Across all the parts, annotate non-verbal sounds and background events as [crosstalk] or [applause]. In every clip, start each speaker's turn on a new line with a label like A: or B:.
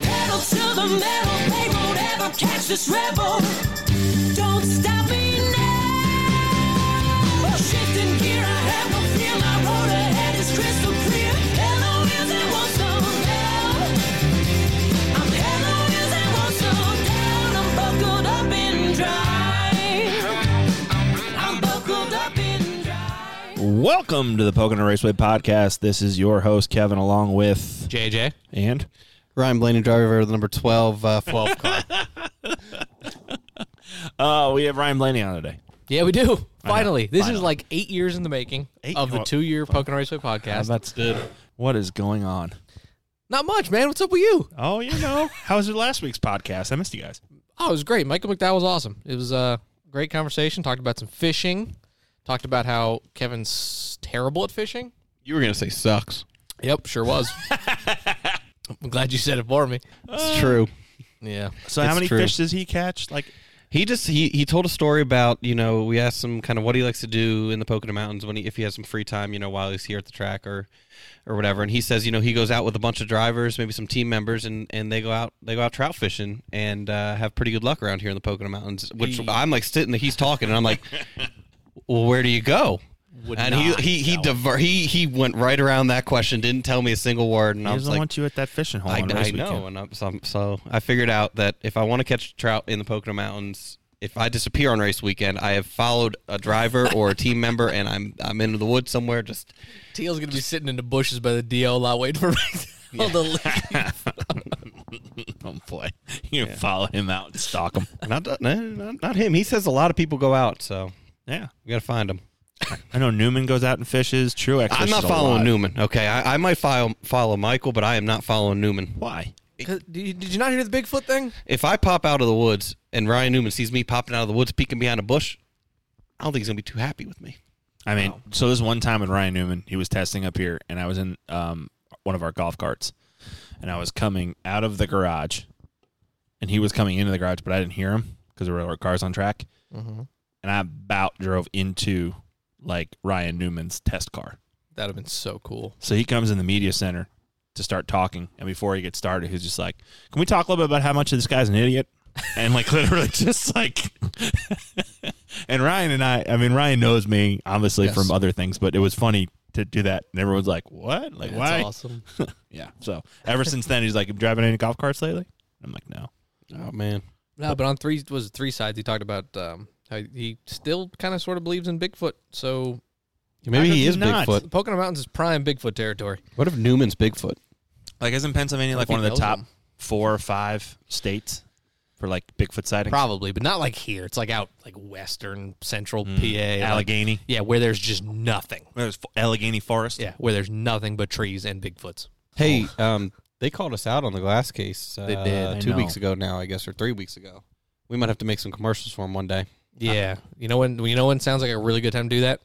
A: pedals to the metal. They won't ever catch this rebel. Don't stop me now. Shifting gear, I have no fear. My road ahead is crystal clear. Hell no wheels and won't slow down. I'm hell on wheels and won't slow down. I'm buckled up in drive. I'm buckled up in drive.
B: Welcome to the Pocono Raceway Podcast. This is your host, Kevin, along with
C: JJ.
B: and
D: Ryan Blaney, driver of the number
B: [laughs]
D: 12, uh, 12 car.
B: uh, we have Ryan Blaney on today.
C: Yeah, we do. Finally. This
B: Finally.
C: is like eight years in the making
B: Eight?
C: of the
B: Oh.
C: two year Pocono Raceway podcast.
B: That's good. What is going on?
C: Not much, man. What's up with you?
B: Oh, you know, how was your last week's podcast? I missed you guys.
C: Oh, it was great. Michael McDowell was awesome. It was a great conversation. Talked about some fishing. Talked about how Kevin's terrible at fishing.
D: you were going to say sucks.
C: Yep, sure was. [laughs] I'm glad you said it for me.
D: It's true.
C: Yeah.
B: So, how
D: It's
B: many
D: true.
B: fish does he catch? Like,
D: He just he, he told a story about you know we asked him kind of what he likes to do in the Pocono Mountains when he if he has some free time you know while he's here at the track or or whatever and he says you know he goes out with a bunch of drivers maybe some team members and and they go out they go out trout fishing and uh, have pretty good luck around here in the Pocono Mountains which I'm like sitting there he's talking and I'm like well where do you go
C: Would
D: and
C: not
D: he he he, diver- he he went right around that question didn't tell me a single word and I
B: he
D: was
B: doesn't
D: like
B: want you at that fishing hole.
D: I,
B: on
D: I
B: race
D: know,
B: weekend.
D: and I'm, so, I'm- so I figured out that if I want to catch trout in the Pocono Mountains, if I disappear on race weekend, I have followed a driver or a team member, and I'm I'm into the woods somewhere. Just
C: Teal's going to be sitting in the bushes by the DL lot waiting for [laughs] McDowell to
B: [laughs]
C: leave.
B: Don't play. [laughs] You follow him out and stalk him.
D: not no, not, not him. He says a lot of people go out, so
B: [laughs] yeah.
D: we gotta find him.
B: I know Newman goes out and fishes. Truex.
D: I'm
B: fishes
D: not
B: a
D: following
B: lot.
D: Newman. Okay, I, I might follow follow Michael, but I am not following Newman.
B: Why?
C: Did you- did you not hear the Bigfoot thing?
D: If I pop out of the woods and Ryan Newman sees me popping out of the woods, peeking behind a bush, I don't think he's gonna be too happy with me.
B: I mean, so this one time with Ryan Newman, he was testing up here, and I was in um, one of our golf carts, and I was coming out of the garage, and he was coming into the garage, but I didn't hear him because there were our cars on track, and I about drove into like Ryan Newman's test car.
C: That would have been so cool.
B: So he comes in the media center to start talking, and before he gets started, he's just like, "Can we talk a little bit about how much of this guy's an idiot?" And like [laughs] literally just like, [laughs] and Ryan and I, I mean Ryan knows me obviously
C: Yes.
B: from other things, but it was funny to do that, and everyone's like, "What? Like
C: That's
B: why?"
C: awesome.
B: Yeah. So ever since then, he's like, "You driving any golf carts lately?" I'm like, "No."
D: Oh man,
C: No, but on three was it three sides. He talked about um, how he still kind of sort of believes in Bigfoot. So
D: maybe
B: How
D: he
B: could
D: is
B: you not?
D: Bigfoot.
C: the Pocono Mountains is prime Bigfoot territory.
D: What if Newman's Bigfoot?
B: Like, isn't Pennsylvania like
C: He
B: one of the
C: knows
B: top
C: him.
B: four or five states for like Bigfoot sightings?
C: Probably, but not like here. It's like out like western central PA. like-
B: Mm. Allegheny.
C: Mm. yeah, where there's just nothing.
B: There's Allegheny Forest.
C: Yeah, where there's nothing but trees and Bigfoots.
D: Hey, um, they called us out on the glass case. Uh,
C: Oh. They did. I
D: two
B: know.
D: weeks ago now, I guess, or three weeks ago. We might have to make some commercials for them one day.
C: Yeah, Uh, you know when you know when sounds like a really good time to do that.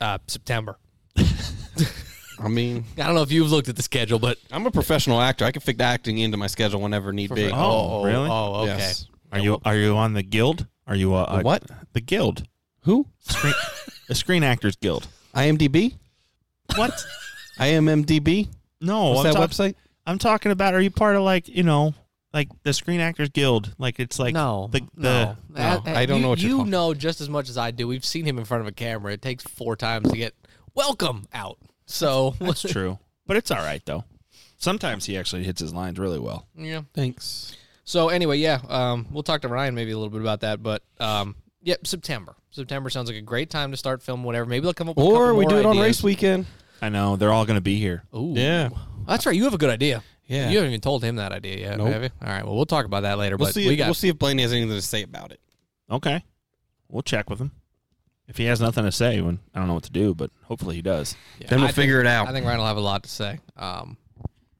C: Uh, September.
D: I mean,
C: I don't know if you've looked at the schedule, but
D: I'm a professional actor. I can fit acting into my schedule whenever need be.
B: Oh, really?
C: Oh, okay.
D: Yes.
B: Are you are you on the guild? Are you uh,
D: The what?
B: The guild,
D: Who? [laughs]
B: screen, the Screen Actors Guild.
D: IMDb?
B: What?
D: IMDb?
C: Oh,
B: No,
D: What's
B: I'm
D: that
B: talk-
D: website?
B: I'm talking about. Are you part of like you know like the Screen Actors Guild? Like it's like
C: no,
B: the, the
C: no,
D: no, I don't
C: you,
D: know what you're
C: you
D: talking-
C: know just as much as I do. We've seen him in front of a camera. It takes four times to get welcome out.
D: [laughs]
C: So
B: That's true, but [laughs] it's all right though. Sometimes he actually hits his lines really well.
C: yeah.
D: Thanks.
C: So anyway, yeah, um, we'll talk to Ryan maybe a little bit about that, but um, yep, September. September sounds like a great time to start filming whatever. Maybe they'll come up with a
D: Or
C: couple
D: we do
C: more
D: it on
C: ideas.
D: race weekend.
B: I know they're all going to be here.
C: Ooh.
D: Yeah.
C: That's right. You have a good idea.
D: Yeah.
C: You haven't even told him that idea yet,
D: Nope.
C: have you? All right. Well, we'll talk about that later.
D: We'll
C: but
D: see.
C: we
D: if,
C: got
D: we'll see if Blaney has anything to say about it.
B: Okay, we'll check with him. If he has nothing to say, when I don't know what to do, but hopefully he does.
C: Yeah,
D: Then we'll
C: I
D: figure
C: think,
D: it out.
C: I think Ryan will have a lot to say. Um,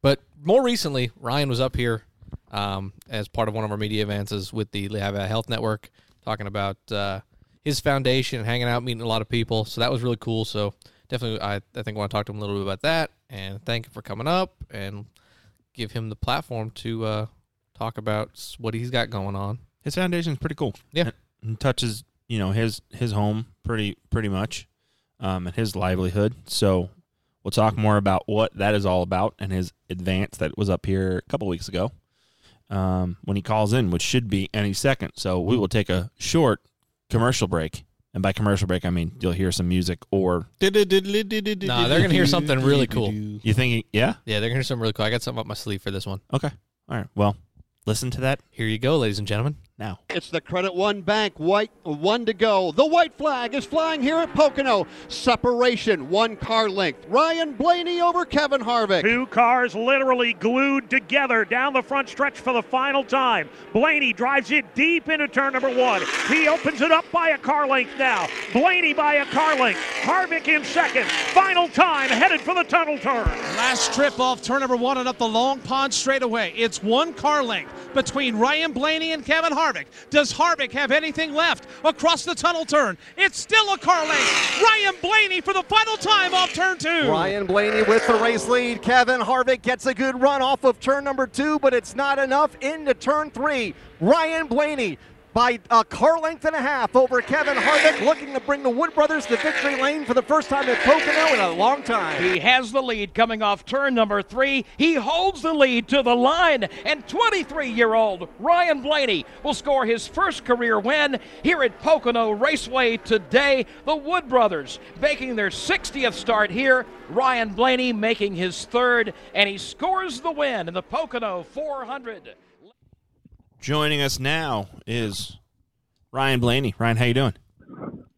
C: but more recently, Ryan was up here um, as part of one of our media advances with the Lehigh Valley Health Network, talking about uh, his foundation and hanging out, meeting a lot of people. So that was really cool. So definitely, I, I think I want to talk to him a little bit about that and thank him for coming up and give him the platform to uh, talk about s- what he's got going on.
B: His foundation's pretty cool.
C: Yeah.
B: and touches you know his his home pretty pretty much, um, and his livelihood. So we'll talk more about what that is all about and his advance that was up here a couple weeks ago, um, when he calls in, which should be any second. So we will take a short commercial break. And by commercial break, I mean you'll hear some music or
C: Nah, they're gonna hear something really cool.
B: you think, yeah,
C: Yeah, they're gonna hear something really cool. I got something up my sleeve for this one.
B: okay, all right. Well, listen to that
C: Here you go, ladies and gentlemen.
B: now.
E: It's the Credit One Bank white one to go. The white flag is flying here at Pocono. Separation, one car length. Ryan Blaney over Kevin Harvick.
F: Two cars literally glued together down the front stretch for the final time. Blaney drives it deep into turn number one. He opens it up by a car length now. Blaney by a car length. Harvick in second. Final time headed for the tunnel turn.
G: Last trip off turn number one and up the long pond straightaway. It's one car length between Ryan Blaney and Kevin Harvick. Does Harvick have anything left across the tunnel turn? It's still a car length. Ryan Blaney for the final time off turn two.
H: Ryan Blaney with the race lead. Kevin Harvick gets a good run off of turn number two, but it's not enough into turn three. Ryan Blaney by a car length and a half over Kevin Harvick, looking to bring the Wood Brothers to victory lane for the first time at Pocono in a long time.
I: He has the lead coming off turn number three. He holds the lead to the line, and 23 year old Ryan Blaney will score his first career win here at Pocono Raceway today. The Wood Brothers making their 60th start here. Ryan Blaney making his third, and he scores the win in the Pocono 400.
B: Joining us now is Ryan Blaney. Ryan, how you doing?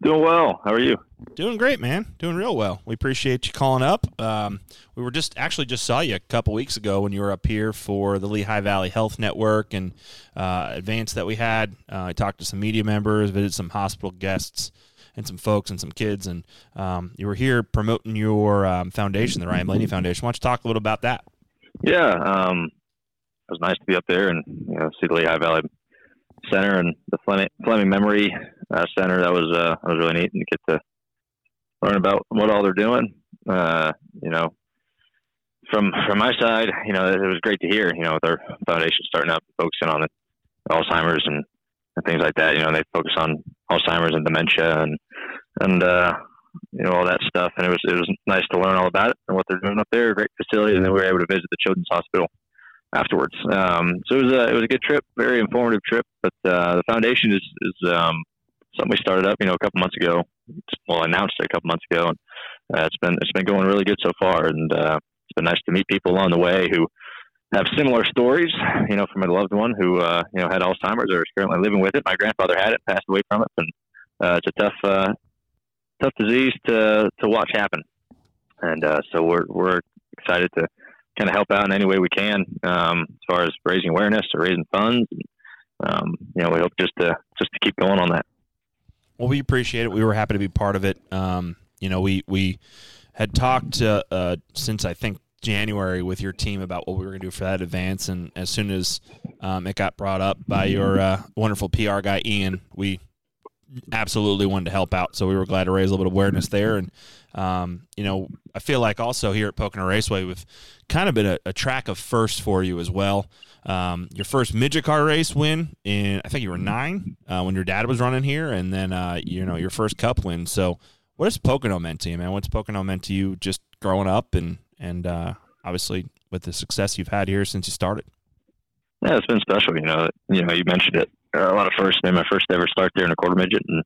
J: Doing well. How are you?
B: Doing great, man. Doing real well. We appreciate you calling up. Um, we were just actually just saw you a couple weeks ago when you were up here for the Lehigh Valley Health Network and uh, advance that we had. Uh, I talked to some media members, visited some hospital guests, and some folks and some kids, and um, you were here promoting your um, foundation, the Ryan Blaney Foundation. Why don't you talk a little about that?
J: Yeah. Um, it was nice to be up there and you know see the Lehigh Valley Center and the Fleming, Fleming Memory uh, Center. That was uh, that was really neat and get to learn about what all they're doing. Uh, you know, from from my side, you know, it was great to hear. You know, with our foundation starting up, focusing on the Alzheimer's and, and things like that. You know, they focus on Alzheimer's and dementia and and uh, you know all that stuff. And it was it was nice to learn all about it and what they're doing up there. Great facility, and then we were able to visit the Children's Hospital afterwards. Um, so it was a it was a good trip, very informative trip. But uh, the foundation is is um, something we started up, you know, a couple months ago. Well, announced it a couple months ago, and uh, it's been it's been going really good so far. And uh, it's been nice to meet people along the way who have similar stories, you know, from a loved one who uh, you know had Alzheimer's or is currently living with it. My grandfather had it, passed away from it, and uh, it's a tough uh, tough disease to to watch happen. And uh, so we're we're excited to kind of help out in any way we can um, as far as raising awareness or raising funds. Um, you know, we hope just to just to keep going on that.
B: Well, we appreciate it. We were happy to be part of it. Um, you know, we we had talked uh, uh, since I think January with your team about what we were going to do for that advance, and as soon as um, it got brought up by your uh, wonderful PR guy Ian, we absolutely wanted to help out. So we were glad to raise a little bit of awareness there. And, um, you know, I feel like also here at Pocono Raceway, we've kind of been a, a track of first for you as well. Um, your first midget car race win in, I think you were nine uh, when your dad was running here, and then, uh, you know, your first cup win. So what has Pocono meant to you, man? What's Pocono meant to you just growing up and, and uh, obviously with the success you've had here since you started?
J: Yeah, it's been special. You know, you know, you mentioned it. Uh, a lot of first, made my first ever start there in a quarter midget, and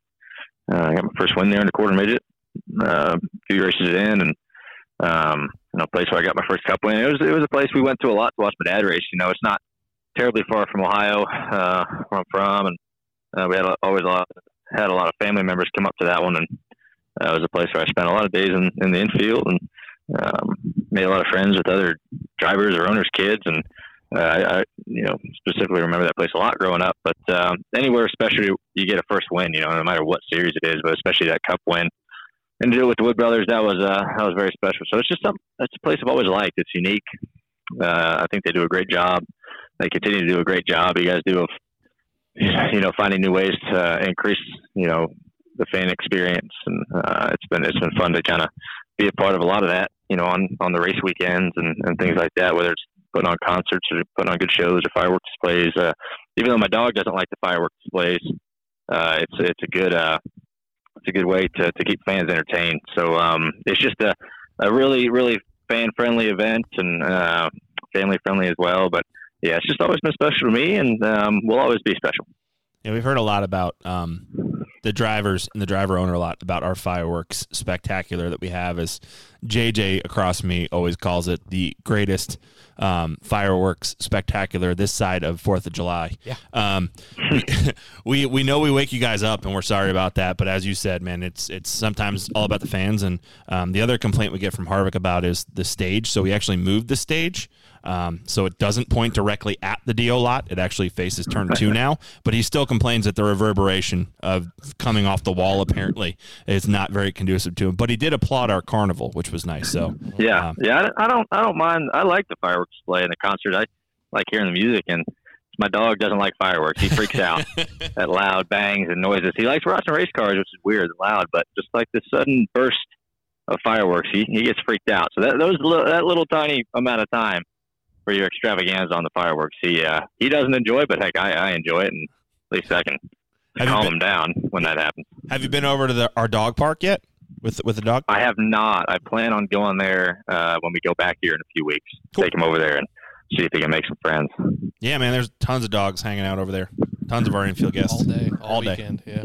J: uh, I got my first win there in a quarter midget. Uh, a few races in, and um, you know, a place where I got my first cup win. It was it was a place we went to a lot to watch my dad race. You know, it's not terribly far from Ohio, uh, where I'm from, and uh, we had a, always a lot had a lot of family members come up to that one, and uh, it was a place where I spent a lot of days in, in the infield and um, made a lot of friends with other drivers or owners' kids, and uh, I, I you know specifically remember that place a lot growing up. But um, anywhere, especially you get a first win, you know, no matter what series it is, but especially that cup win. And to do it with the Wood Brothers, that was uh, that was very special. So it's just some that's a place I've always liked. It's unique. Uh, I think they do a great job. They continue to do a great job. You guys do of you know finding new ways to uh, increase you know the fan experience, and uh, it's been it's been fun to kind of be a part of a lot of that. You know, on on the race weekends and, and things like that, whether it's putting on concerts or putting on good shows or fireworks displays. Uh, even though my dog doesn't like the fireworks displays, uh, it's it's a good uh, it's a good way to, to keep fans entertained. So um, it's just a, a really really fan friendly event and uh, family friendly as well. But yeah, it's just always been special to me, and um, will always be special.
B: Yeah, we've heard a lot about um, the drivers and the driver owner a lot about our fireworks spectacular that we have. As JJ across me always calls it, the greatest um, fireworks spectacular this side of Fourth of July. Yeah. Um, we, [laughs] we we know we wake you guys up, and we're sorry about that. But as you said, man, it's it's sometimes all about the fans. And um, the other complaint we get from Harvick about is the stage. So we actually moved the stage. Um, so it doesn't point directly at the DO lot. It actually faces turn two now, but he still complains that the reverberation of coming off the wall apparently is not very conducive to him. But he did applaud our carnival, which was nice. So
J: Yeah,
B: Um,
J: yeah. I don't- I don't. I don't mind. I like the fireworks display in the concert. I like hearing the music, and my dog doesn't like fireworks. He freaks out at loud bangs and noises. He likes watching race cars, which is weird and loud, but just like the sudden burst of fireworks, he, he gets freaked out. So that those li- that little tiny amount of time for your extravaganza on the fireworks, he uh, he doesn't enjoy. But heck, I, I enjoy it, and at least I can
B: Have you
J: calm
B: been-
J: him down when that happens.
B: have you been over to the, our dog park yet with with the dog?
J: I have not. I plan on going there uh, when we go back here in a few weeks. Take him over there and see if he can make some friends.
B: Yeah, man. There's tons of dogs hanging out over there. Tons of our infield
C: all
B: guests.
C: day, all,
B: All day.
C: weekend. Yeah.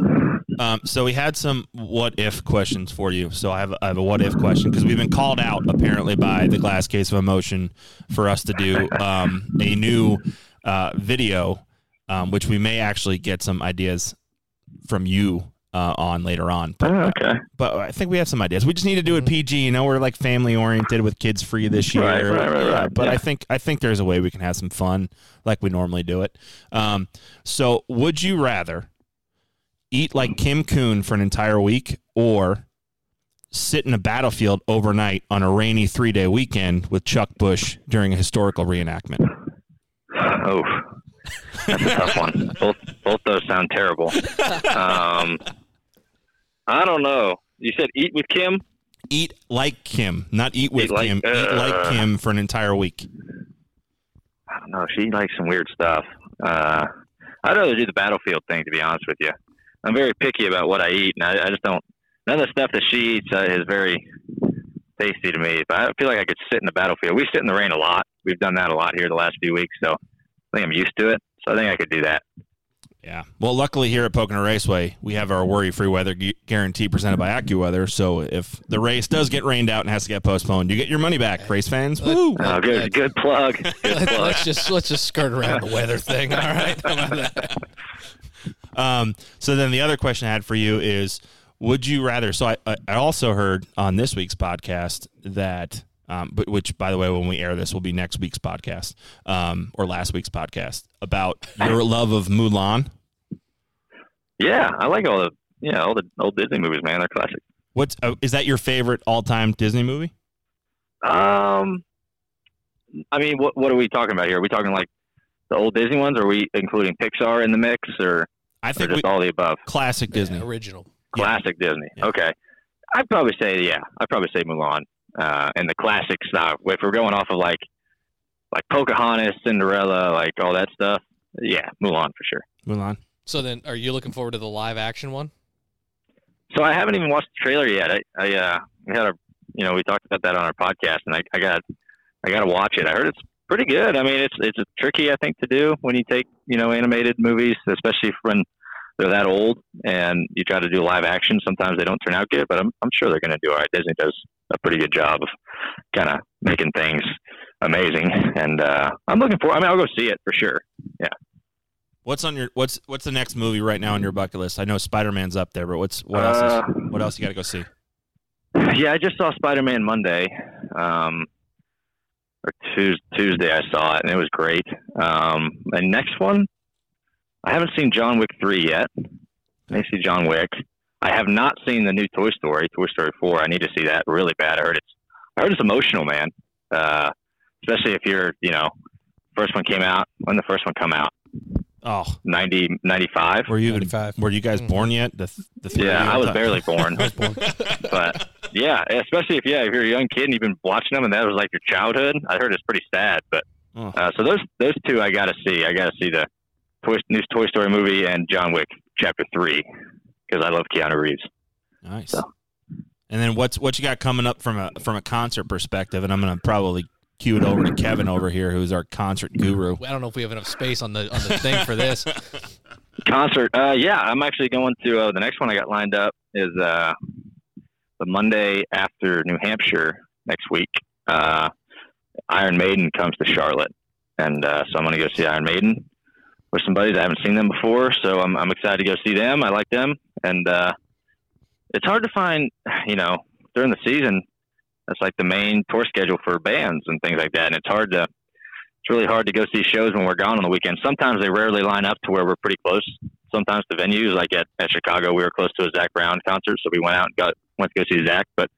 B: Um, so we had some what if questions for you. So I have I have a what if question because we've been called out apparently by the glass case of emotion for us to do um, a new uh, video, um, which we may actually get some ideas from you uh, on later on. But,
J: Oh, okay.
B: but I think we have some ideas. We just need to do it PG. You know, we're like family oriented with kids free this year.
J: Right, right, right,
B: Yeah,
J: right.
B: But I
J: Yeah.
B: think I think there's a way we can have some fun like we normally do it. Um, so would you rather eat like Kim Kuhn for an entire week or sit in a battlefield overnight on a rainy three day weekend with Chuck Bush during a historical reenactment?
J: Oh, that's a tough one. Both both those sound
I: [laughs]
J: terrible. Um, I don't know. You said eat with Kim.
B: Eat like Kim, not eat with
J: Eat like-
B: Kim. eat like
J: Ugh.
B: Kim for an entire week.
J: I don't know. She likes some weird stuff. Uh, I'd rather do the battlefield thing, to be honest with you. I'm very picky about what I eat, and I, I just don't. None of the stuff that she eats uh, is very tasty to me. But I feel like I could sit in the battlefield. We sit in the rain a lot. We've done that a lot here the last few weeks, so I think I'm used to it. So I think I could do that. [laughs]
B: Yeah. Well, luckily here at Pocono Raceway, we have our worry-free weather gu- guarantee presented by AccuWeather. So if the race does get rained out and has to get postponed, you get your money back, race fans. Woo!
J: Oh, good, good plug. Good
C: Let- [laughs]
J: plug.
C: let's just let's just skirt around
B: [laughs]
C: the weather thing. All right. How about that?
B: Um, so then the other question I had for you is, would you rather? So I, I I also heard on this week's podcast that, um, but which by the way, when we air this, will be next week's podcast, um, or last week's podcast about
J: [laughs]
B: your love of Mulan.
J: Yeah, I like all the yeah all the old Disney movies, man. They're classic.
B: What's uh, is that your favorite all-time Disney movie?
J: Um, I mean, what what are we talking about here? Are we talking like the old Disney ones? Are we including Pixar in the mix, or,
B: I
J: or
B: think we,
J: just all the above?
B: classic Disney.
C: Yeah, original.
B: Yeah.
J: Classic Disney.
B: Yeah.
J: Okay, I'd probably say yeah. I'd probably say Mulan uh, and the classic stuff. If we're going off of like like Pocahontas, Cinderella, like all that stuff, yeah, Mulan for sure.
B: Mulan.
C: So then, are you looking forward to the live action one?
J: So I haven't even watched the trailer yet. I, I uh, we had a, you know, we talked about that on our podcast, and I, I got, I got to watch it. I heard it's pretty good. I mean, it's it's tricky, I think, to do when you take you know animated movies, especially when they're that old, and you try to do live action. Sometimes they don't turn out good, but I'm I'm sure they're going to do all right. Disney does a pretty good job of kind of making things amazing, and uh, I'm looking for. I mean, I'll go see it for sure.
B: What's on your what's what's the next movie right now on your bucket list? I know Spider Man's up there, but what's what else?
J: Uh,
B: is, what else you got to go see?
J: Yeah, I just saw Spider Man Monday, um, or Tues Tuesday. I saw it and it was great. Um, and next one, I haven't seen John Wick three yet. I need to see John Wick. I have not seen the new Toy Story, Toy Story four. I need to see that really bad. I heard it's, I heard it's emotional, man. Uh, especially if you're, you know, first one came out. When the first one come out,
B: Oh,
J: 90, 95?
B: were you
D: 95.
B: were you guys born yet? The th- the three of you?
J: Yeah, I was
B: thought-
J: barely born. but yeah, especially if yeah, if you're a young kid and you've been watching them, and that was like your childhood. I heard it's pretty sad, but
B: Oh.
J: uh, so those those two I gotta see. I gotta see the Toy, new Toy Story movie and John Wick Chapter Three because I love Keanu Reeves.
B: Nice. And then what's what you got coming up from a from a concert perspective? And I'm gonna probably cue it over to Kevin over here, who's our concert guru.
C: I don't know if we have enough space on the on the thing for this.
J: Concert. Uh, yeah, I'm actually going to uh, the next one I got lined up is uh, the Monday after New Hampshire next week. Uh, Iron Maiden comes to Charlotte, and uh, so I'm going to go see Iron Maiden with some buddies. I haven't seen them before, so I'm, I'm excited to go see them. I like them, and uh, it's hard to find, you know, during the season. That's like the main tour schedule for bands and things like that, and it's hard to it's really hard to go see shows when we're gone on the weekend. Sometimes they rarely line up to where we're pretty close. Sometimes the venues, like at, at Chicago, we were close to a Zach Brown concert, so we went out and got went to go see Zach. But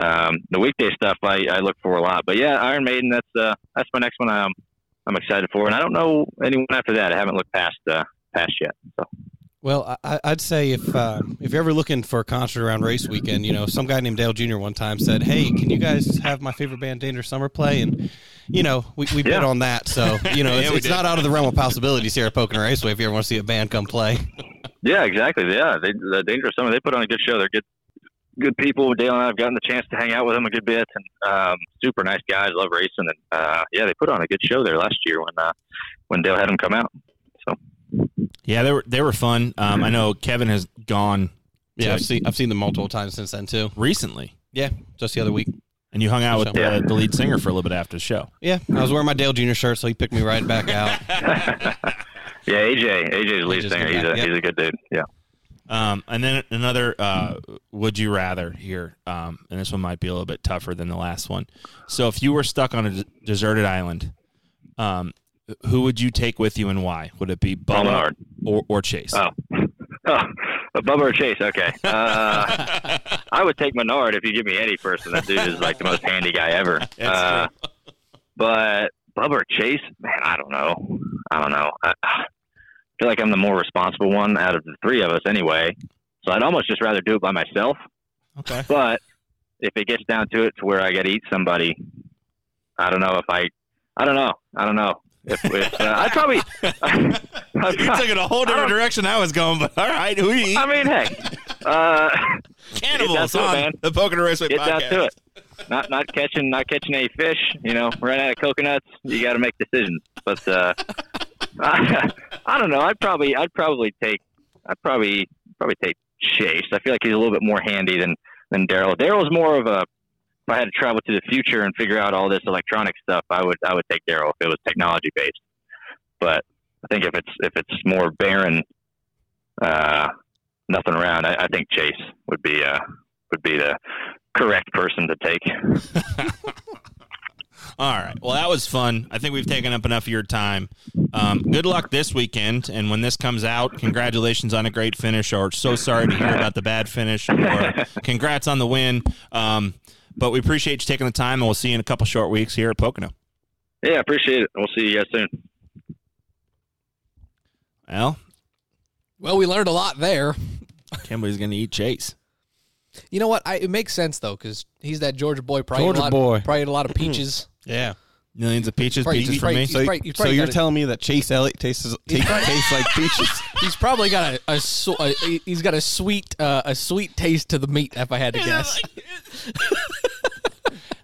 J: um, the weekday stuff, I, I look for a lot. But yeah, Iron Maiden, that's uh, that's my next one. I'm I'm excited for, and I don't know anyone after that. I haven't looked past uh, past yet. So
D: Well, I, I'd say if uh, if you're ever looking for a concert around race weekend, you know, some guy named Dale Jr. one time said, "Hey, can you guys have my favorite band, Dangerous Summer, play?" And you know, we, we
J: Yeah.
D: bid on that, so you [laughs] know, it's, it's not out of the realm of possibilities here at Pocono Raceway. If you ever want to see a band come play,
J: yeah, exactly. Yeah, they, the Dangerous Summer, they put on a good show. They're good good people. Dale and I have gotten the chance to hang out with them a good bit, and um, super nice guys. Love racing, and uh, yeah, they put on a good show there last year when uh, when Dale had them come out.
B: Yeah, they were they were fun. Um, I know Kevin has gone
D: [laughs] yeah, I've seen I've seen them multiple times since then too.
B: recently,
D: Yeah, just the other week.
B: and you hung out with uh,
J: Yeah.
B: the, the lead singer for a little bit after the show.
D: Yeah, I was wearing my Dale Jr. shirt, so he picked me right back out.
J: Yeah, AJ. AJ's the lead
D: AJ's
J: singer.
D: good
J: He's
D: guy,
J: a,
D: yeah.
J: he's a good dude. Yeah.
B: Um, and then another uh, would you rather here, um, and this one might be a little bit tougher than the last one. So if you were stuck on a des- deserted island, um, who would you take with you and why? Would it be
J: Bubba
B: Bubba
J: Hard.
B: or, or Chase? [laughs]
J: Oh. Oh, a Bubba or Chase? Okay. Uh, I would take Menard if you give me any person. That dude is like the most handy guy ever. Uh, but Bubba or Chase? Man, I don't know. I don't know. I, I feel like I'm the more responsible one out of the three of us anyway. So I'd almost just rather do it by myself.
B: Okay.
J: But if it gets down to it to where I got to eat somebody, I don't know if I. I don't know. I don't know. If, if uh,
B: [laughs]
J: I'd probably. I'd
B: you took
J: probably
B: it a whole different
J: I don't-
B: direction I was going, but all right, who you eat?
J: I mean, hey. Uh,
B: [laughs] Cannibals
J: that's it,
B: on
J: man.
B: the Poker Raceway
J: get down
B: podcast.
J: to it. Not not catching not catching any fish. You know, run out of coconuts. You got to make decisions. But uh, [laughs] I, I don't know. I'd probably I'd probably take I'd probably probably take Chase. I feel like he's a little bit more handy than than Daryl. Daryl's more of a if I had to travel to the future and figure out all this electronic stuff, I would I would take Daryl if it was technology based. But I think if it's if it's more barren, uh, nothing around, I, I think Chase would be uh, would be the correct person to take.
B: All right. Well, that was fun. I think we've taken up enough of your time. Um, good luck this weekend. And when this comes out, congratulations on a great finish, or so sorry to hear about the bad finish, or
J: [laughs]
B: congrats on the win. Um, but we appreciate you taking the time, and we'll see you in a couple short weeks here at Pocono.
J: Yeah, appreciate it. We'll see you guys soon.
B: Well,
C: Well, we learned a lot there.
B: Kimberly's going to eat Chase.
C: You know what? I, it makes sense though, because he's that Georgia boy. Probably ate
D: Georgia
C: a lot,
D: boy.
C: Probably ate
B: [clears throat]
C: a lot of peaches.
D: [laughs] Yeah.
B: Millions of peaches,
C: Right,
B: peaches
C: just
B: for
C: right,
B: me.
C: just right. You probably got it.
D: telling me that Chase
C: [laughs]
D: Elliott tastes tastes, tastes like peaches?
C: he's probably got a, a, su- a he's got a sweet uh, a sweet taste to the meat. If I had to guess,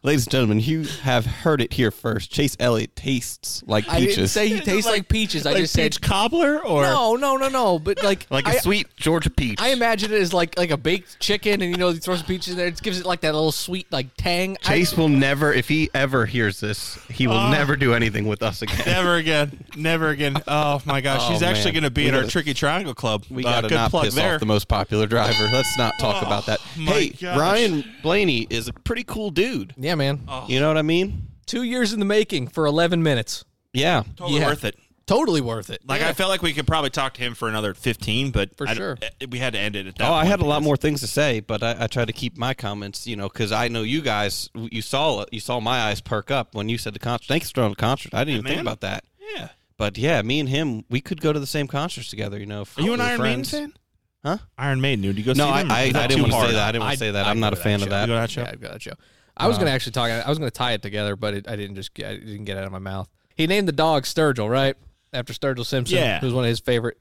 D: Ladies and gentlemen, you have heard it here first. Chase Elliott tastes like
C: I
D: peaches.
C: didn't say he tastes like, peaches. I just said
B: cobbler, or
C: no, no, no, no. But like
D: [laughs] like a
C: I-
D: sweet Georgia peach.
C: I imagine it as like like a baked chicken, and you know you throw some peaches in there. It gives it like that little sweet like tang. I-
D: Chase will never, if he ever hears this, he will never do anything with us again.
B: Ah. Never again. Never again. Oh my gosh, she's actually
D: man.
B: going to be
D: We
B: at our
D: gotta-
B: Tricky Triangle Club.
D: We
B: Uh,
D: got to
B: good
D: not
B: plug
D: piss
B: there. Oh,
D: off the most popular driver. Let's not talk about that.
B: my
D: Hey,
B: gosh.
D: Ryan Blaney is a pretty cool dude.
C: yeah, man.
B: Oh.
D: You know what I mean?
C: Two years in the making for eleven minutes.
D: Yeah.
B: totally
C: Yeah.
B: worth it.
C: Totally worth it.
B: Like I felt like we could probably talk to him for another fifteen, but
C: For
B: I-
C: sure.
B: eh, we had to end it at that.
D: Oh, I
B: point
D: had a lot
B: because-
D: more things to say, but I, I tried to keep my comments, you know, because I know you guys. You saw you saw my eyes perk up when you said the concert. Thanks for throwing the concert. I didn't even think
B: man.
D: about that.
B: Yeah,
D: But yeah, me and him, we could go to the same concerts together. You know, if
B: are you
D: we
B: an
D: were
B: Iron
D: friends.
B: Maiden fan?
D: Huh?
B: Iron Maiden, dude. You go
D: No,
B: see
D: I,
B: them? or
D: I,
B: is
D: I
B: that
D: didn't
B: too
D: want to
B: hard?
D: say that. I didn't want to say that. I'm not a fan of
B: You
D: that.
B: go to that show?
C: Yeah, I've got that show. I was gonna
B: Uh-huh.
C: actually talk. I was gonna tie it together, but it, I didn't just. Get, I didn't get it out of my mouth. He named the dog Sturgill, right? After Sturgill Simpson,
B: Yeah.
C: who's one of his favorite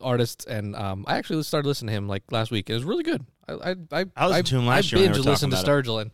C: artists, and um, I actually started listening to him like last week. It was really good. I I I,
B: I listened to him last
C: I
B: year when they
C: binge
B: were
C: listened to
B: talking about
C: Sturgill and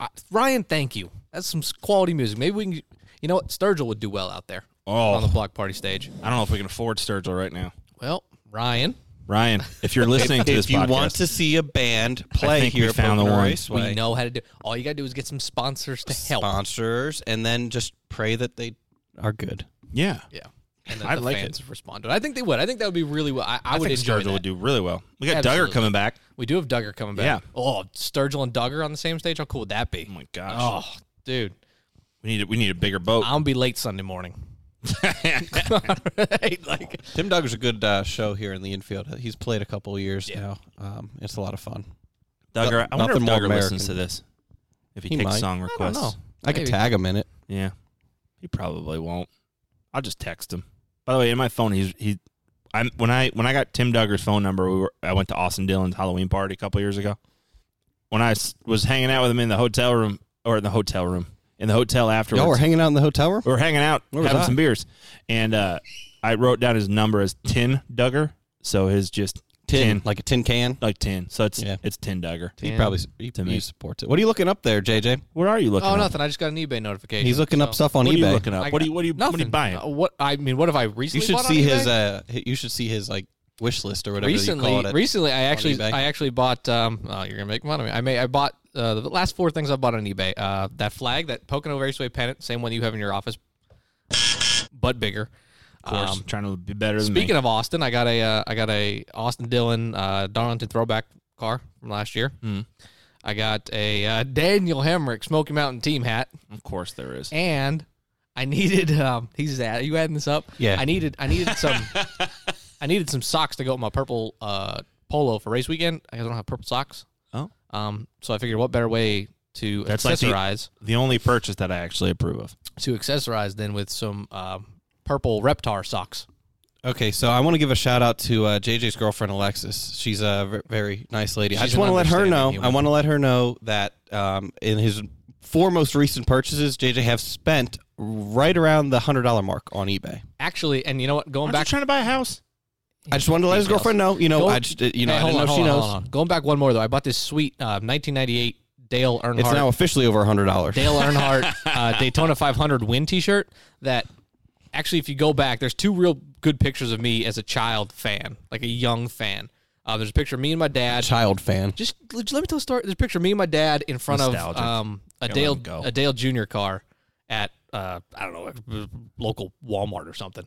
C: uh, Ryan. Thank you. Uh, That's some s- quality music. Maybe we can, you know what? Sturgill would do well out there on the
B: Oh,
C: block party stage.
B: I don't know if we can afford Sturgill right now.
C: Well, Ryan,
B: Ryan, if you're listening to this
D: if you
B: podcast,
D: want to see a band play
B: think we
D: here, at
B: found the
D: Pocono
B: one.
D: Raceway,
C: we know how to do. All you got to do is get some sponsors to help.
D: sponsors, and then just pray that they are good.
B: yeah,
C: Yeah, and then
B: I'd
C: the
B: like
C: fans responded. I think they would. I think that would be really well. I, I,
B: I
C: would
B: think
C: enjoy
B: Sturgill
C: that.
B: would do really well. We got Duggar
C: Absolutely.
B: coming back.
C: We do have Duggar coming back.
B: Yeah.
C: Oh, Sturgill and Duggar on the same stage. How cool would that be?
B: Oh my gosh,
C: Oh, dude,
B: we need a, we need a bigger boat.
C: I'll be late
B: [laughs]
C: Sunday morning. [laughs]
B: Oh.
C: Right? Like,
D: Tim Duggar's a good uh, show here in the infield. He's played a couple of years now. Um, it's a lot of fun.
B: Duggar, I wonder if
D: nothing more
B: Duggar listens
D: American.
B: to this. If he,
D: He
B: takes
D: might.
B: song
D: I don't
B: requests,
D: know. I could
C: Maybe.
D: tag him in it.
B: yeah, he probably won't. I'll just text him. By the way, in my phone, he's he. I when I when I got Tim Duggar's phone number, we were I went to Austin Dillon's Halloween party a couple years ago. When I s- was hanging out with him in the hotel room or in the hotel room in the hotel afterwards,
D: Y'all were hanging out in the hotel room.
B: we were hanging out,
D: Where was
B: having
D: I?
B: some beers, and uh, I wrote down his number as Tin Duggar, so his just Tin, like,
D: like a tin can.
B: Tin. So it's
D: Yeah.
B: it's Tin Duggar.
D: He probably he,
B: To me.
D: he supports it. What are you looking up there, JJ?
B: What are you looking?
C: oh,
B: up?
C: nothing. I just got an eBay notification.
D: He's looking up
C: so-
D: stuff on
B: What are
D: eBay.
B: you looking up?
C: I
B: What
C: got-
B: do you what do you
C: Nothing.
B: what are you buying?
C: Uh, what I mean, what have I
D: You
C: recently?
D: should
C: bought on
D: see
C: eBay?
D: his uh, hi- you should see his like wish list or whatever you call
C: recently.
D: it.
C: Recently, I actually,
D: eBay.
C: I actually bought. Um, oh, you're gonna make fun of me. I may, I bought uh, the last four things I bought on eBay. Uh, that flag, that Pocono Raceway pennant, same one you have in your office, but bigger.
B: of course,
C: Um,
B: trying to be better than
C: Speaking
B: me.
C: of Austin, I got a uh, I got a Austin Dillon uh, Darlington throwback car from last year.
D: Hmm.
C: I got a uh, Daniel Hemrick Smoky Mountain team hat,
B: Of, course, there is.
C: and I needed [laughs] um, he's at, are you adding this up?
D: Yeah.
C: I needed I needed some I needed some socks to go with my purple uh, polo for race weekend. I don't have purple socks.
B: Oh.
C: um, so I figured what better way to
B: That's like the-
C: accessorize
B: The only purchase that I actually approve of.
C: to accessorize than with some uh, purple Reptar socks.
D: Okay, so I want to give a shout out to uh, JJ's girlfriend Alexis. She's a v- very nice lady. I
C: She's
D: just
C: an
D: want to let her
C: understanding
D: know.
C: human.
D: I want to let her know that um, in his four most recent purchases, JJ have spent right around the hundred dollar mark on eBay.
C: Actually, and you know what? Going
B: I'm
C: back
B: trying to buy a house.
D: I just wanted to let his
C: Details.
D: girlfriend know. You know,
C: Go-
D: I just uh, you know
C: Hey,
D: I
C: hold
D: don't know
C: on,
D: if she
C: hold on,
D: knows.
C: hold on. Going back one more though, I bought this sweet uh, 1998 Dale Earnhardt.
D: It's now officially over hundred dollars.
C: Dale Earnhardt uh, Daytona 500 win T-shirt. That actually, if you go back, there's two real good pictures of me as a child fan, like a young fan. Uh, there's a picture of me and my dad.
D: Child fan.
C: Just, just let me tell a story. There's a picture of me and my dad in front
B: Nostalgic.
C: of um, a
B: let
C: Dale
B: him go.
C: a Dale Junior car at uh, I don't know a local Walmart or something.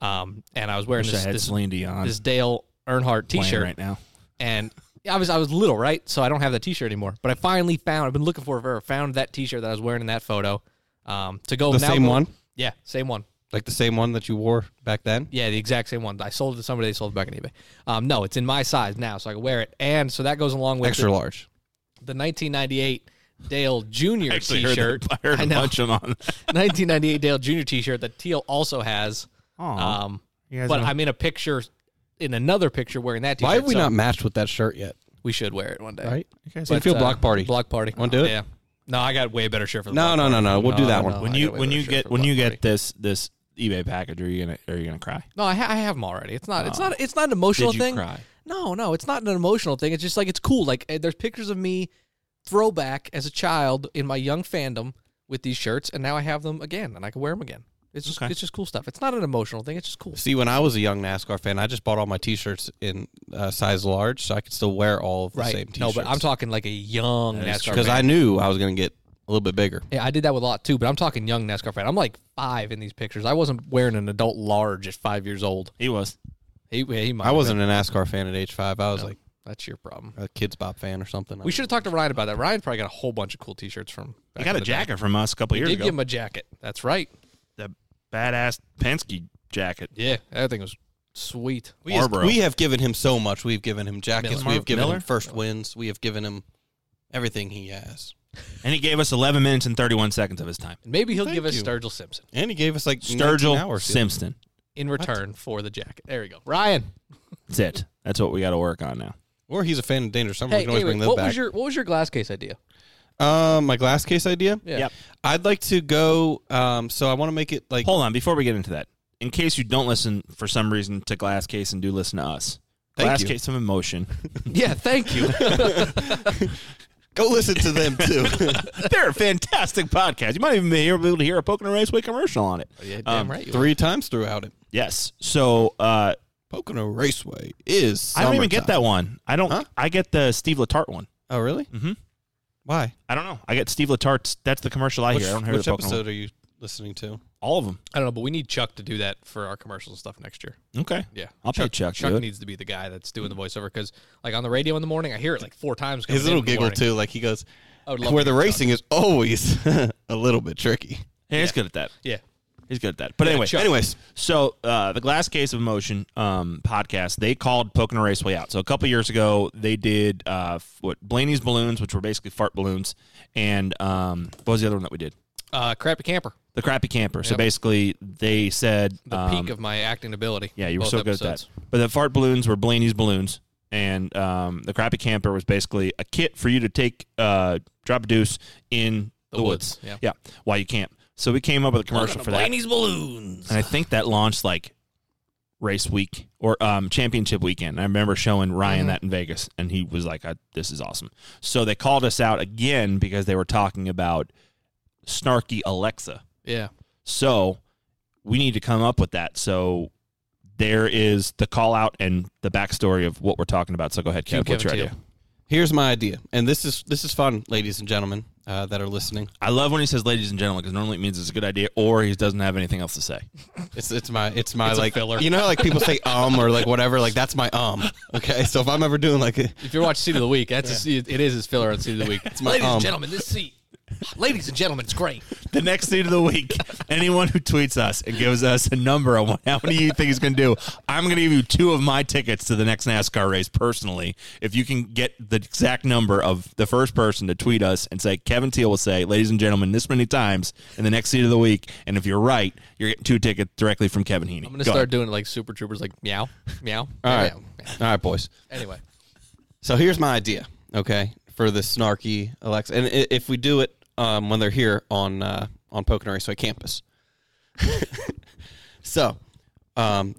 C: Um, and I was wearing
B: Wish I
C: this
B: had
C: this,
B: Celine Dion
C: this Dale Earnhardt
B: playing
C: T-shirt
B: right now.
C: and I was I was little, right? So I don't have that T-shirt anymore. But I finally found. I've been looking for it forever. Found that T-shirt that I was wearing in that photo. Um, to go
D: The
C: now
D: same
C: go-
D: one?
C: Yeah, same one.
D: Like the same one that you wore back then.
C: Yeah, the exact same one. I sold it to somebody. They sold it back on eBay. Um, no, it's in my size now, so I can wear it. And so that goes along with
D: Extra
C: the,
D: large.
C: the 1998 Dale Junior
B: Actually, heard,
C: T-shirt.
B: that- [laughs] I heard
C: I
B: a
C: know. [laughs]
B: bunch of them on. [laughs]
C: 1998 Dale Junior T-shirt that Teal also has.
B: Aw.
C: Um,
B: You guys
C: but
B: know-
C: I'm in a picture, in another picture wearing that T-shirt.
D: Why have we
C: so
D: not matched with that shirt yet?
C: We should wear it one day,
D: Right.
B: Okay, so
C: But,
D: Infield
C: uh,
D: block party.
C: Block party.
D: Wanna do it?
C: Yeah. No, I got way better shirt for the
D: No,
C: block
D: no,
C: party.
D: no, no. We'll do that one.
C: no.
B: when
C: I
B: you
C: gotta wait
B: when
C: for
B: you
C: the shirt
B: get
C: for
B: when you
C: Black
B: get
C: Party.
B: this this eBay package, are you gonna are you gonna cry?
C: No, I, ha- I have them already. It's not.
D: Oh.
C: It's not. It's not an emotional
B: Did you
C: thing.
B: cry?
C: No, no, it's not an emotional thing. It's just like it's cool. Like eh, there's pictures of me throwback as a child in my young fandom with these shirts, and now I have them again, and I can wear them again. It's just
B: Okay.
C: it's just cool stuff. It's not an emotional thing. It's just cool.
D: See, when I was a young NASCAR fan, I just bought all my T-shirts in uh, size large, so I could still wear all of the same
C: Right. No,
D: T-shirts.
C: but I'm talking like a young NASCAR
D: because I
C: fan.
D: knew I was going to get a little bit bigger.
C: yeah, I did that with a lot too, but I'm talking young NASCAR fan. I'm like five in these pictures. I wasn't wearing an adult large at five years old.
B: He was.
C: He, he might
D: I
C: have
D: wasn't a NASCAR fan at age five. I was
C: been.
D: like
C: That's your problem.
D: a Kids Bop fan or something.
C: We should have talked to Ryan about that. Ryan probably got a whole bunch of cool T-shirts from.
B: I
C: back
B: got
C: in
B: a
C: the day.
B: jacket from us a couple
C: You
B: years
C: did
B: ago.
C: give him a jacket. That's right.
B: that badass Penske jacket.
C: Yeah, that thing was sweet.
D: We, has-
B: Marlboro.
D: we have given him so much. We've given him jackets.
C: Miller.
D: We have given
B: Miller?
D: him first wins. We have given him everything he has.
B: And he gave us 11 minutes and 31 seconds of his time.
C: Maybe he'll
D: Thank
C: give us
D: you.
C: Sturgill Simpson
D: And he gave us like 19
B: Sturgill
D: hours.
B: Simpson.
C: in return for the jacket. There you go, Ryan.
B: That's it. That's what we got to work on now.
D: Or he's a fan of Danger Summer. we
C: Hey,
D: can always
C: anyway,
D: bring them
C: what
D: back.
C: was your what was your glass case idea?
D: um, my glass case idea.
C: Yeah.
B: Yep.
D: I'd like to go. Um, so I want to make it like
B: Hold on, before we get into that, in case you don't listen for some reason to Glass Case and do listen to us,
D: Thank
B: Glass
D: you.
B: Case of Emotion
C: Yeah, thank you.
D: Go listen to them
B: [laughs]
D: too.
B: [laughs] They're a fantastic podcast. You might even be able to hear a Pocono Raceway commercial on it.
C: Oh, Yeah, damn
B: Um,
C: right. You
D: Three times throughout it.
B: Yes. So uh,
D: Pocono Raceway is.
B: I don't even
D: summertime.
B: get that one. I don't.
D: Huh?
B: I get the Steve Letarte one.
D: Oh, really?
B: Mhm.
D: Why?
B: I don't know. I get Steve Letarte's. That's the commercial I
D: Which,
B: hear. I don't hear
D: which
B: the Pocono one.
D: episode are you listening to?
B: All of them.
C: I don't know, but we need Chuck to do that for our commercials and stuff next year.
B: Okay.
C: Yeah,
B: I'll pay
C: Chuck,
B: Chuck,
C: Chuck
B: dude.
C: needs to be the guy that's doing the voiceover because, like, on the radio in the morning, I hear it like four times. coming
D: His
C: in
D: little
C: in the
D: giggle
C: morning.
D: too. Like he goes,
C: I would love
D: where
C: to
D: the
C: get Chuck.
D: racing is always [laughs] a little bit tricky.
B: Yeah, he's good at that.
C: Yeah,
B: He's good at that. But anyway,
C: Chuck.
D: Anyways,
B: So uh, the Glass Case of Emotion um, podcast, they called Pocono Raceway out. So a couple years ago, they did uh, f- what Blaney's balloons, which were basically fart balloons, and um, what was the other one that we did?
C: uh, crappy camper,
B: The crappy camper. So
C: Yep.
B: basically, they said
C: the
B: um,
C: peak of my acting ability.
B: yeah, you were
C: both
B: so good
C: episodes.
B: at that. But the fart balloons were Blaney's balloons, and um, the crappy camper was basically a kit for you to take uh, drop a deuce in the,
C: The
B: woods.
C: woods, yeah.
B: yeah, while you camp. So we came up with a commercial for that.
C: Blaney's balloons.
B: and I think that launched like race week or um, championship weekend. I remember showing Ryan that in Vegas, and he was like, I, "This is awesome." So they called us out again because they were talking about snarky Alexa.
C: Yeah,
B: So we need to come up with that. So there is the call out and the backstory of what we're talking about. So go ahead,
C: Cue
B: Kev. What's your
C: Kevin
B: idea?
C: Teal.
D: here's my idea, and this is this is fun, ladies and gentlemen uh, that are listening.
B: I love when he says "ladies and gentlemen" because normally it means it's a good idea, or he doesn't have anything else to say.
D: It's it's my it's my
C: It's a
D: like
C: filler.
D: you know how, like people [laughs] say um or like whatever like that's my um. Okay, so if I'm ever doing like a,
C: if you watch Seat of the Week, that's a, it is his filler on Seat of the Week.
D: my
C: ladies
D: um.
C: and gentlemen, this seat. Ladies and gentlemen, it's great.
B: the next seat of the week, [laughs] anyone who tweets us and gives us a number on what- how many you think he's going to do, I'm going to give you two of my tickets to the next NASCAR race personally. If you can get the exact number of the first person to tweet us and say, Kevin Teal will say, ladies and gentlemen, this many times in the next seat of the week. And if you're right, you're getting two tickets directly from Kevin Heaney.
C: I'm gonna start doing like Super Troopers, like meow, meow.
D: [laughs] all right,
C: meow, meow.
D: all right, boys.
C: Anyway,
D: So here's my idea, okay, for the snarky Alexa, and i- if we do it um, when they're here on uh, on Pocono Raceway campus. [laughs] so, um,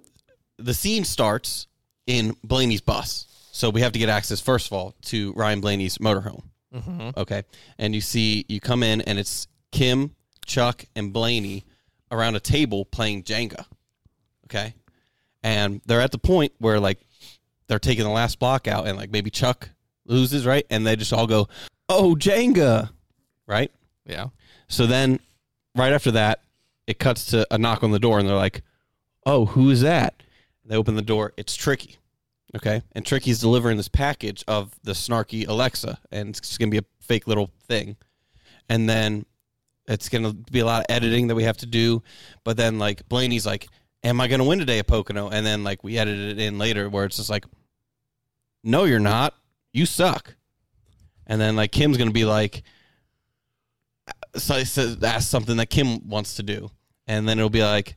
D: the scene starts in Blaney's bus. So we have to get access first of all to Ryan Blaney's motorhome. Okay, and you see you come in and it's Kim, Chuck, and Blaney around a table playing Jenga. Okay, and they're at the point where like they're taking the last block out and like maybe Chuck loses, right? And they just all go, "Oh, Jenga." Right?
C: yeah.
D: So then right after that, it cuts to a knock on the door and they're like, "Oh, who's that?" They open the door, it's Tricky. Okay? And Tricky's delivering this package of the snarky Alexa and it's going to be a fake little thing. And then it's going to be a lot of editing that we have to do, but then like Blaney's like, "Am I going to win today at Pocono?" And then like we edited it in later where it's just like, no, you're not. You suck. And then like Kim's gonna be like, so I said, ask something that Kim wants to do, and then it'll be like,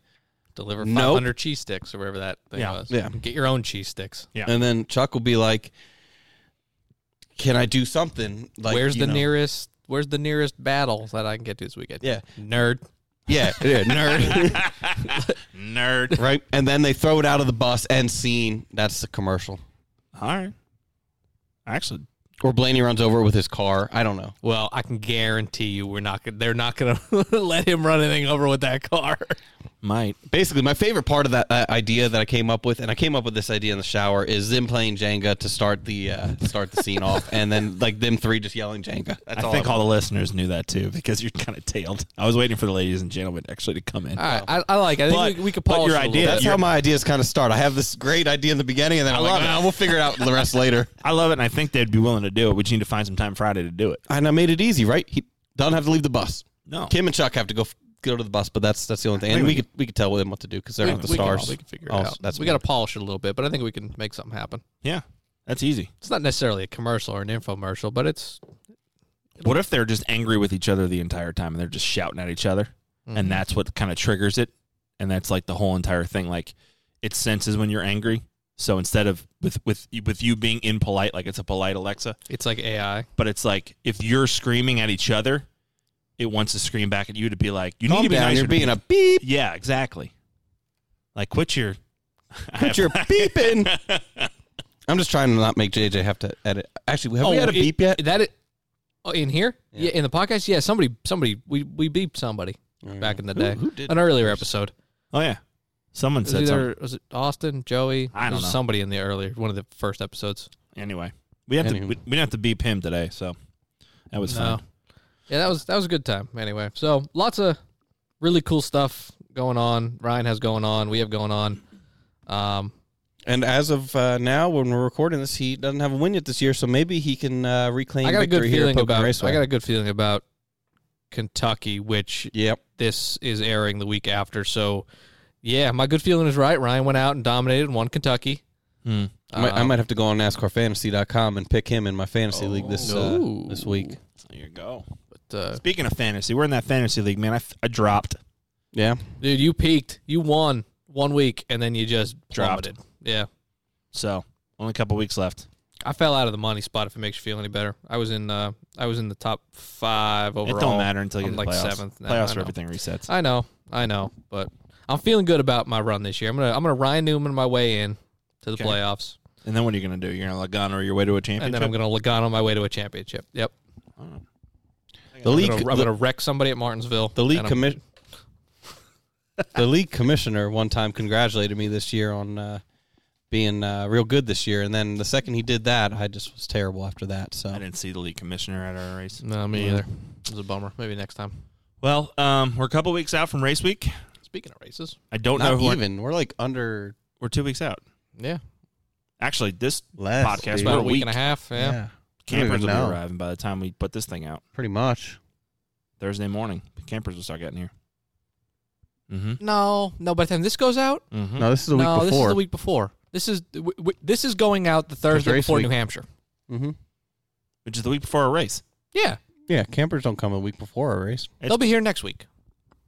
C: Deliver
D: Nope.
C: 500 cheese sticks or wherever that thing was.
D: Yeah.
C: Get your own cheese sticks.
B: Yeah.
D: and then Chuck will be like, can I do something? Like,
C: where's
D: you
C: the
D: know.
C: nearest? Where's the nearest battle that I can get to this weekend?
D: Yeah.
C: nerd.
D: Yeah, yeah, nerd,
B: Nerd.
D: right? And then they throw it out of the bus and scene. That's the commercial.
B: All right. Actually,
D: Or Blaney runs over with his car. I don't know.
C: Well, I can guarantee you, we're not. Gonna, [laughs] they're not going to let him run anything over with that
D: [laughs]
C: car.
B: might.
D: basically my favorite part of that uh, idea that I came up with, and I came up with this idea in the shower, is them playing Jenga to start the uh, start the scene off, and then like them three just yelling Jenga. That's
B: I
D: all.
B: think
D: I
B: all the listeners knew that too because you're kind of tailed. I was waiting for the ladies and gentlemen actually to come in.
C: All right, I, I like. it. I think
B: But-
C: we, we could
B: but
C: polish
B: your
C: it a little
B: idea-
C: bit.
D: that's how my ideas kind of start. I have this great idea in the beginning, and then I'm like,
B: love it.
D: "Nah, we'll figure it out the rest later.
B: I love it, and I think they'd be willing to do it. We just need to find some time Friday to do it.
D: [laughs] And I made it easy, right? He doesn't have to leave the bus.
B: No.
D: Kim and Chuck have to go f- go to the bus, but that's that's the only thing. And Oh. we could we could tell them what to do because they're
C: We-
D: not the
C: we can-
D: stars.
C: we can figure it
D: Also,
C: out.
D: That's
C: we
D: we
C: got
D: got.
C: to polish it a little bit, but I think we can make something happen.
B: Yeah, that's easy.
C: It's not necessarily a commercial or an infomercial, but it's
B: What if they're just angry with each other the entire time and they're just shouting at each other,
D: Mm-hmm.
B: and that's what kind of triggers it, and that's like the whole entire thing. Like it senses when you're angry, so instead of with with with you being impolite, like it's a polite Alexa,
C: it's like AI.
B: but it's like if you're screaming at each other, it wants to scream back at you to be like, you need to be
D: down.
B: nicer
D: You're
B: to
D: being a
B: people."
D: beep.
B: yeah, exactly. Like quit your [laughs]
D: Put your [laughs] beeping. [laughs] I'm just trying to not make JJ have to edit. Actually, have we had a
C: Oh, it-
D: beep yet?
C: That it, Oh, in here? Yeah. in the podcast? Yeah, somebody somebody we, we beeped somebody back in the day.
D: who did
C: An earlier episode.
B: Oh yeah, someone
C: Was
B: said something.
C: either was it Austin, Joey?
B: I
C: It
B: don't
C: was
B: know.
C: Somebody in the earlier one of the first episodes.
B: Anyway, we have to we, we didn't have to beep him today, so that was
C: No.
B: fun.
C: Yeah, that was that was a good time. Anyway, so lots of really cool stuff going on. Ryan has going on. We have going on. Um,
D: And as of uh, now, when we're recording this, he doesn't have a win yet this year, so maybe he can uh, reclaim
C: I got a
D: victory
C: good
D: here at
C: feeling
D: Pocono
C: about.
D: Raceway.
C: I got a good feeling about Kentucky, which
D: yep.
C: this is airing the week after. So, yeah, my good feeling is right. Ryan went out and dominated and won Kentucky.
D: I might, I might have to go on NASCARFantasy.com and pick him in my fantasy league this uh,
C: no.
D: this week.
B: There you go.
C: But uh,
B: Speaking of fantasy, we're in that fantasy league, man. I, f- I dropped.
D: Yeah.
C: dude, you peaked. You won one week and then you just
B: Dropped.
C: plummeted. Yeah,
B: So only a couple weeks left.
C: I fell out of the money spot. If it makes you feel any better, I was in. Uh, I was in the top five overall.
B: It don't matter until you
C: I'm
B: get to
C: like
B: the playoffs.
C: seventh. now. I
B: playoffs, where
C: know.
B: everything resets.
C: I know, I know, but I'm feeling good about my run this year. I'm gonna I'm gonna Ryan Newman my way in to the playoffs,
B: and then what are you gonna do? You're gonna Logano your way to a
C: and
B: championship.
C: then I'm gonna Logano my way to a championship. Yep,
D: The
C: I'm
D: league
C: gonna, I'm
D: the,
C: gonna wreck somebody at Martinsville.
D: the league
C: and I'm-
D: commission the league commissioner one time congratulated me this year on uh, being uh, real good this year, and then the second he did that, I just was terrible after that. So
B: I didn't see the league commissioner at our race.
C: No, me either. It was a bummer. Maybe next time.
B: Well, um, we're a couple weeks out from race week.
C: Speaking of races,
B: I don't know
D: not
B: who I-
D: even. We're like under
B: we're two weeks out.
C: yeah,
B: Actually, this
D: less.
B: Podcast
D: dude.
B: We're
C: about a
B: a
C: week,
B: week.
C: and a half. Yeah.
D: Yeah,
B: campers will be
D: know.
B: arriving by the time we put this thing out
D: pretty much.
B: Thursday morning. The campers will start getting here. Mm-hmm.
C: No, no. By the time this goes out,
B: Mm-hmm.
D: Hmm. No, this is the week
C: no, this is
D: before.
C: the week before. This is w- w- this is going out the Thursday
D: race
C: before
D: week.
C: New Hampshire.
D: mm-hmm.
B: Which is the week before our race.
C: Yeah,
D: Yeah, campers don't come a week before a race.
C: they'll be here next week.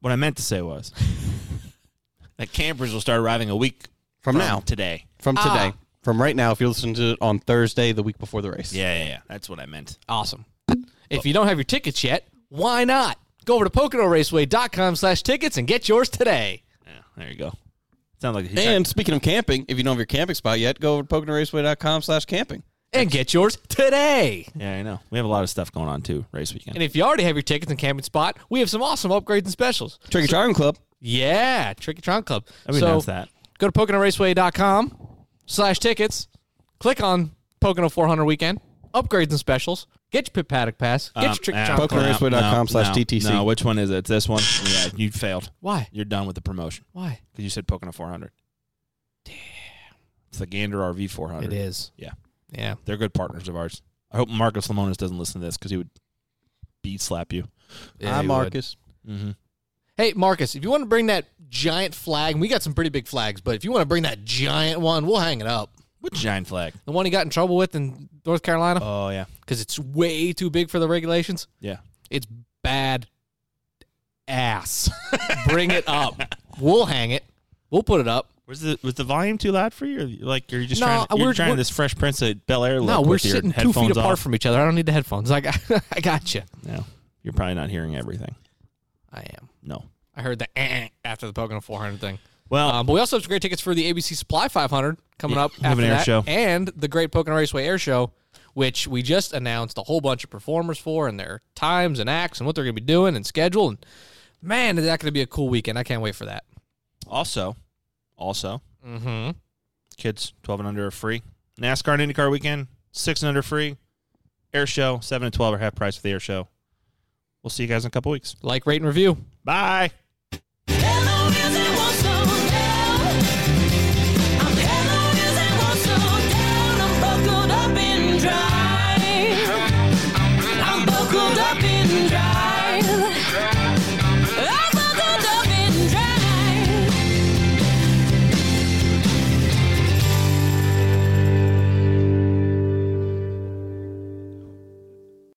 B: What I meant to say was that campers will start arriving a week
D: From now.
B: today.
D: From today.
C: Ah.
D: From right now, if you're listening to it on Thursday, the week before the race.
B: Yeah, yeah, yeah. That's what I meant.
C: Awesome. If you don't have your tickets yet, why not? Go over to PoconoRaceway.com slash tickets and get yours today.
B: Yeah, there you go. Sounds like a
D: And speaking of camping, if you don't have your camping spot yet, go over to PoconoRaceway.com slash camping.
C: And get yours today.
B: yeah, I know. We have a lot of stuff going on too race weekend.
C: And if you already have your tickets and camping spot, we have some awesome upgrades and specials.
D: Trick or Driving Club.
C: Yeah, Tricky Tron Club.
B: we
C: so
B: announced that.
C: go to PoconoRaceway.com slash tickets. Click on Pocono 400 weekend, upgrades and specials. Get your Pit Paddock Pass. Get
B: Um,
C: your
B: uh,
C: Tricky Tron Club.
D: Pocono- PoconoRaceway.com slash TTC.
B: No, which one is it? It's this one. Yeah, you failed.
C: Why?
B: You're done with the promotion
C: Why?
B: because you said Pocono 400. Damn. It's the Gander RV 400.
C: It is.
B: Yeah.
C: Yeah.
B: They're good partners of ours. I hope Marcus Lemonis doesn't listen to this because he would beat slap you.
C: Yeah,
D: Hi,
C: you would.
D: Marcus.
C: Hey, Marcus, if you want to bring that giant flag, and we got some pretty big flags, but if you want to bring that giant one, we'll hang it up.
B: What giant flag?
C: The one he got in trouble with in North Carolina
B: Oh yeah,
C: because it's way too big for the regulations.
B: yeah.
C: It's bad ass. bring it up. We'll hang it. We'll put it up.
B: Was the was the volume too loud for you? Or like you're just
C: No,
B: trying,
C: I-
B: you're
C: we're-
B: trying
C: we're-
B: this Fresh Prince of Bel Air look.
C: no, we're
B: with your
C: sitting two feet
B: headphones
C: apart
B: off.
C: from each other. I don't need the headphones. I got, [laughs] I got you.
B: No, you're probably not hearing everything.
C: I am.
B: No.
C: I heard the eh, after the Pocono 400 thing.
B: Well,
C: Um, but we also have some great tickets for the ABC Supply 500 coming
B: Oh. Yeah,
C: up
B: we have
C: after
B: an air
C: that,
B: show.
C: and the Great Pocono Raceway Air Show, which we just announced a whole bunch of performers for and their times and acts and what they're going to be doing and schedule. And man, is that going to be a cool weekend? I can't wait for that.
B: also, also,
C: Mm-hmm.
B: kids 12 and under are free. NASCAR and IndyCar weekend, six and under free. Air show, seven and 12 are half price for the air show. We'll see you guys in a couple weeks.
C: Like, rate, and review.
B: Bye.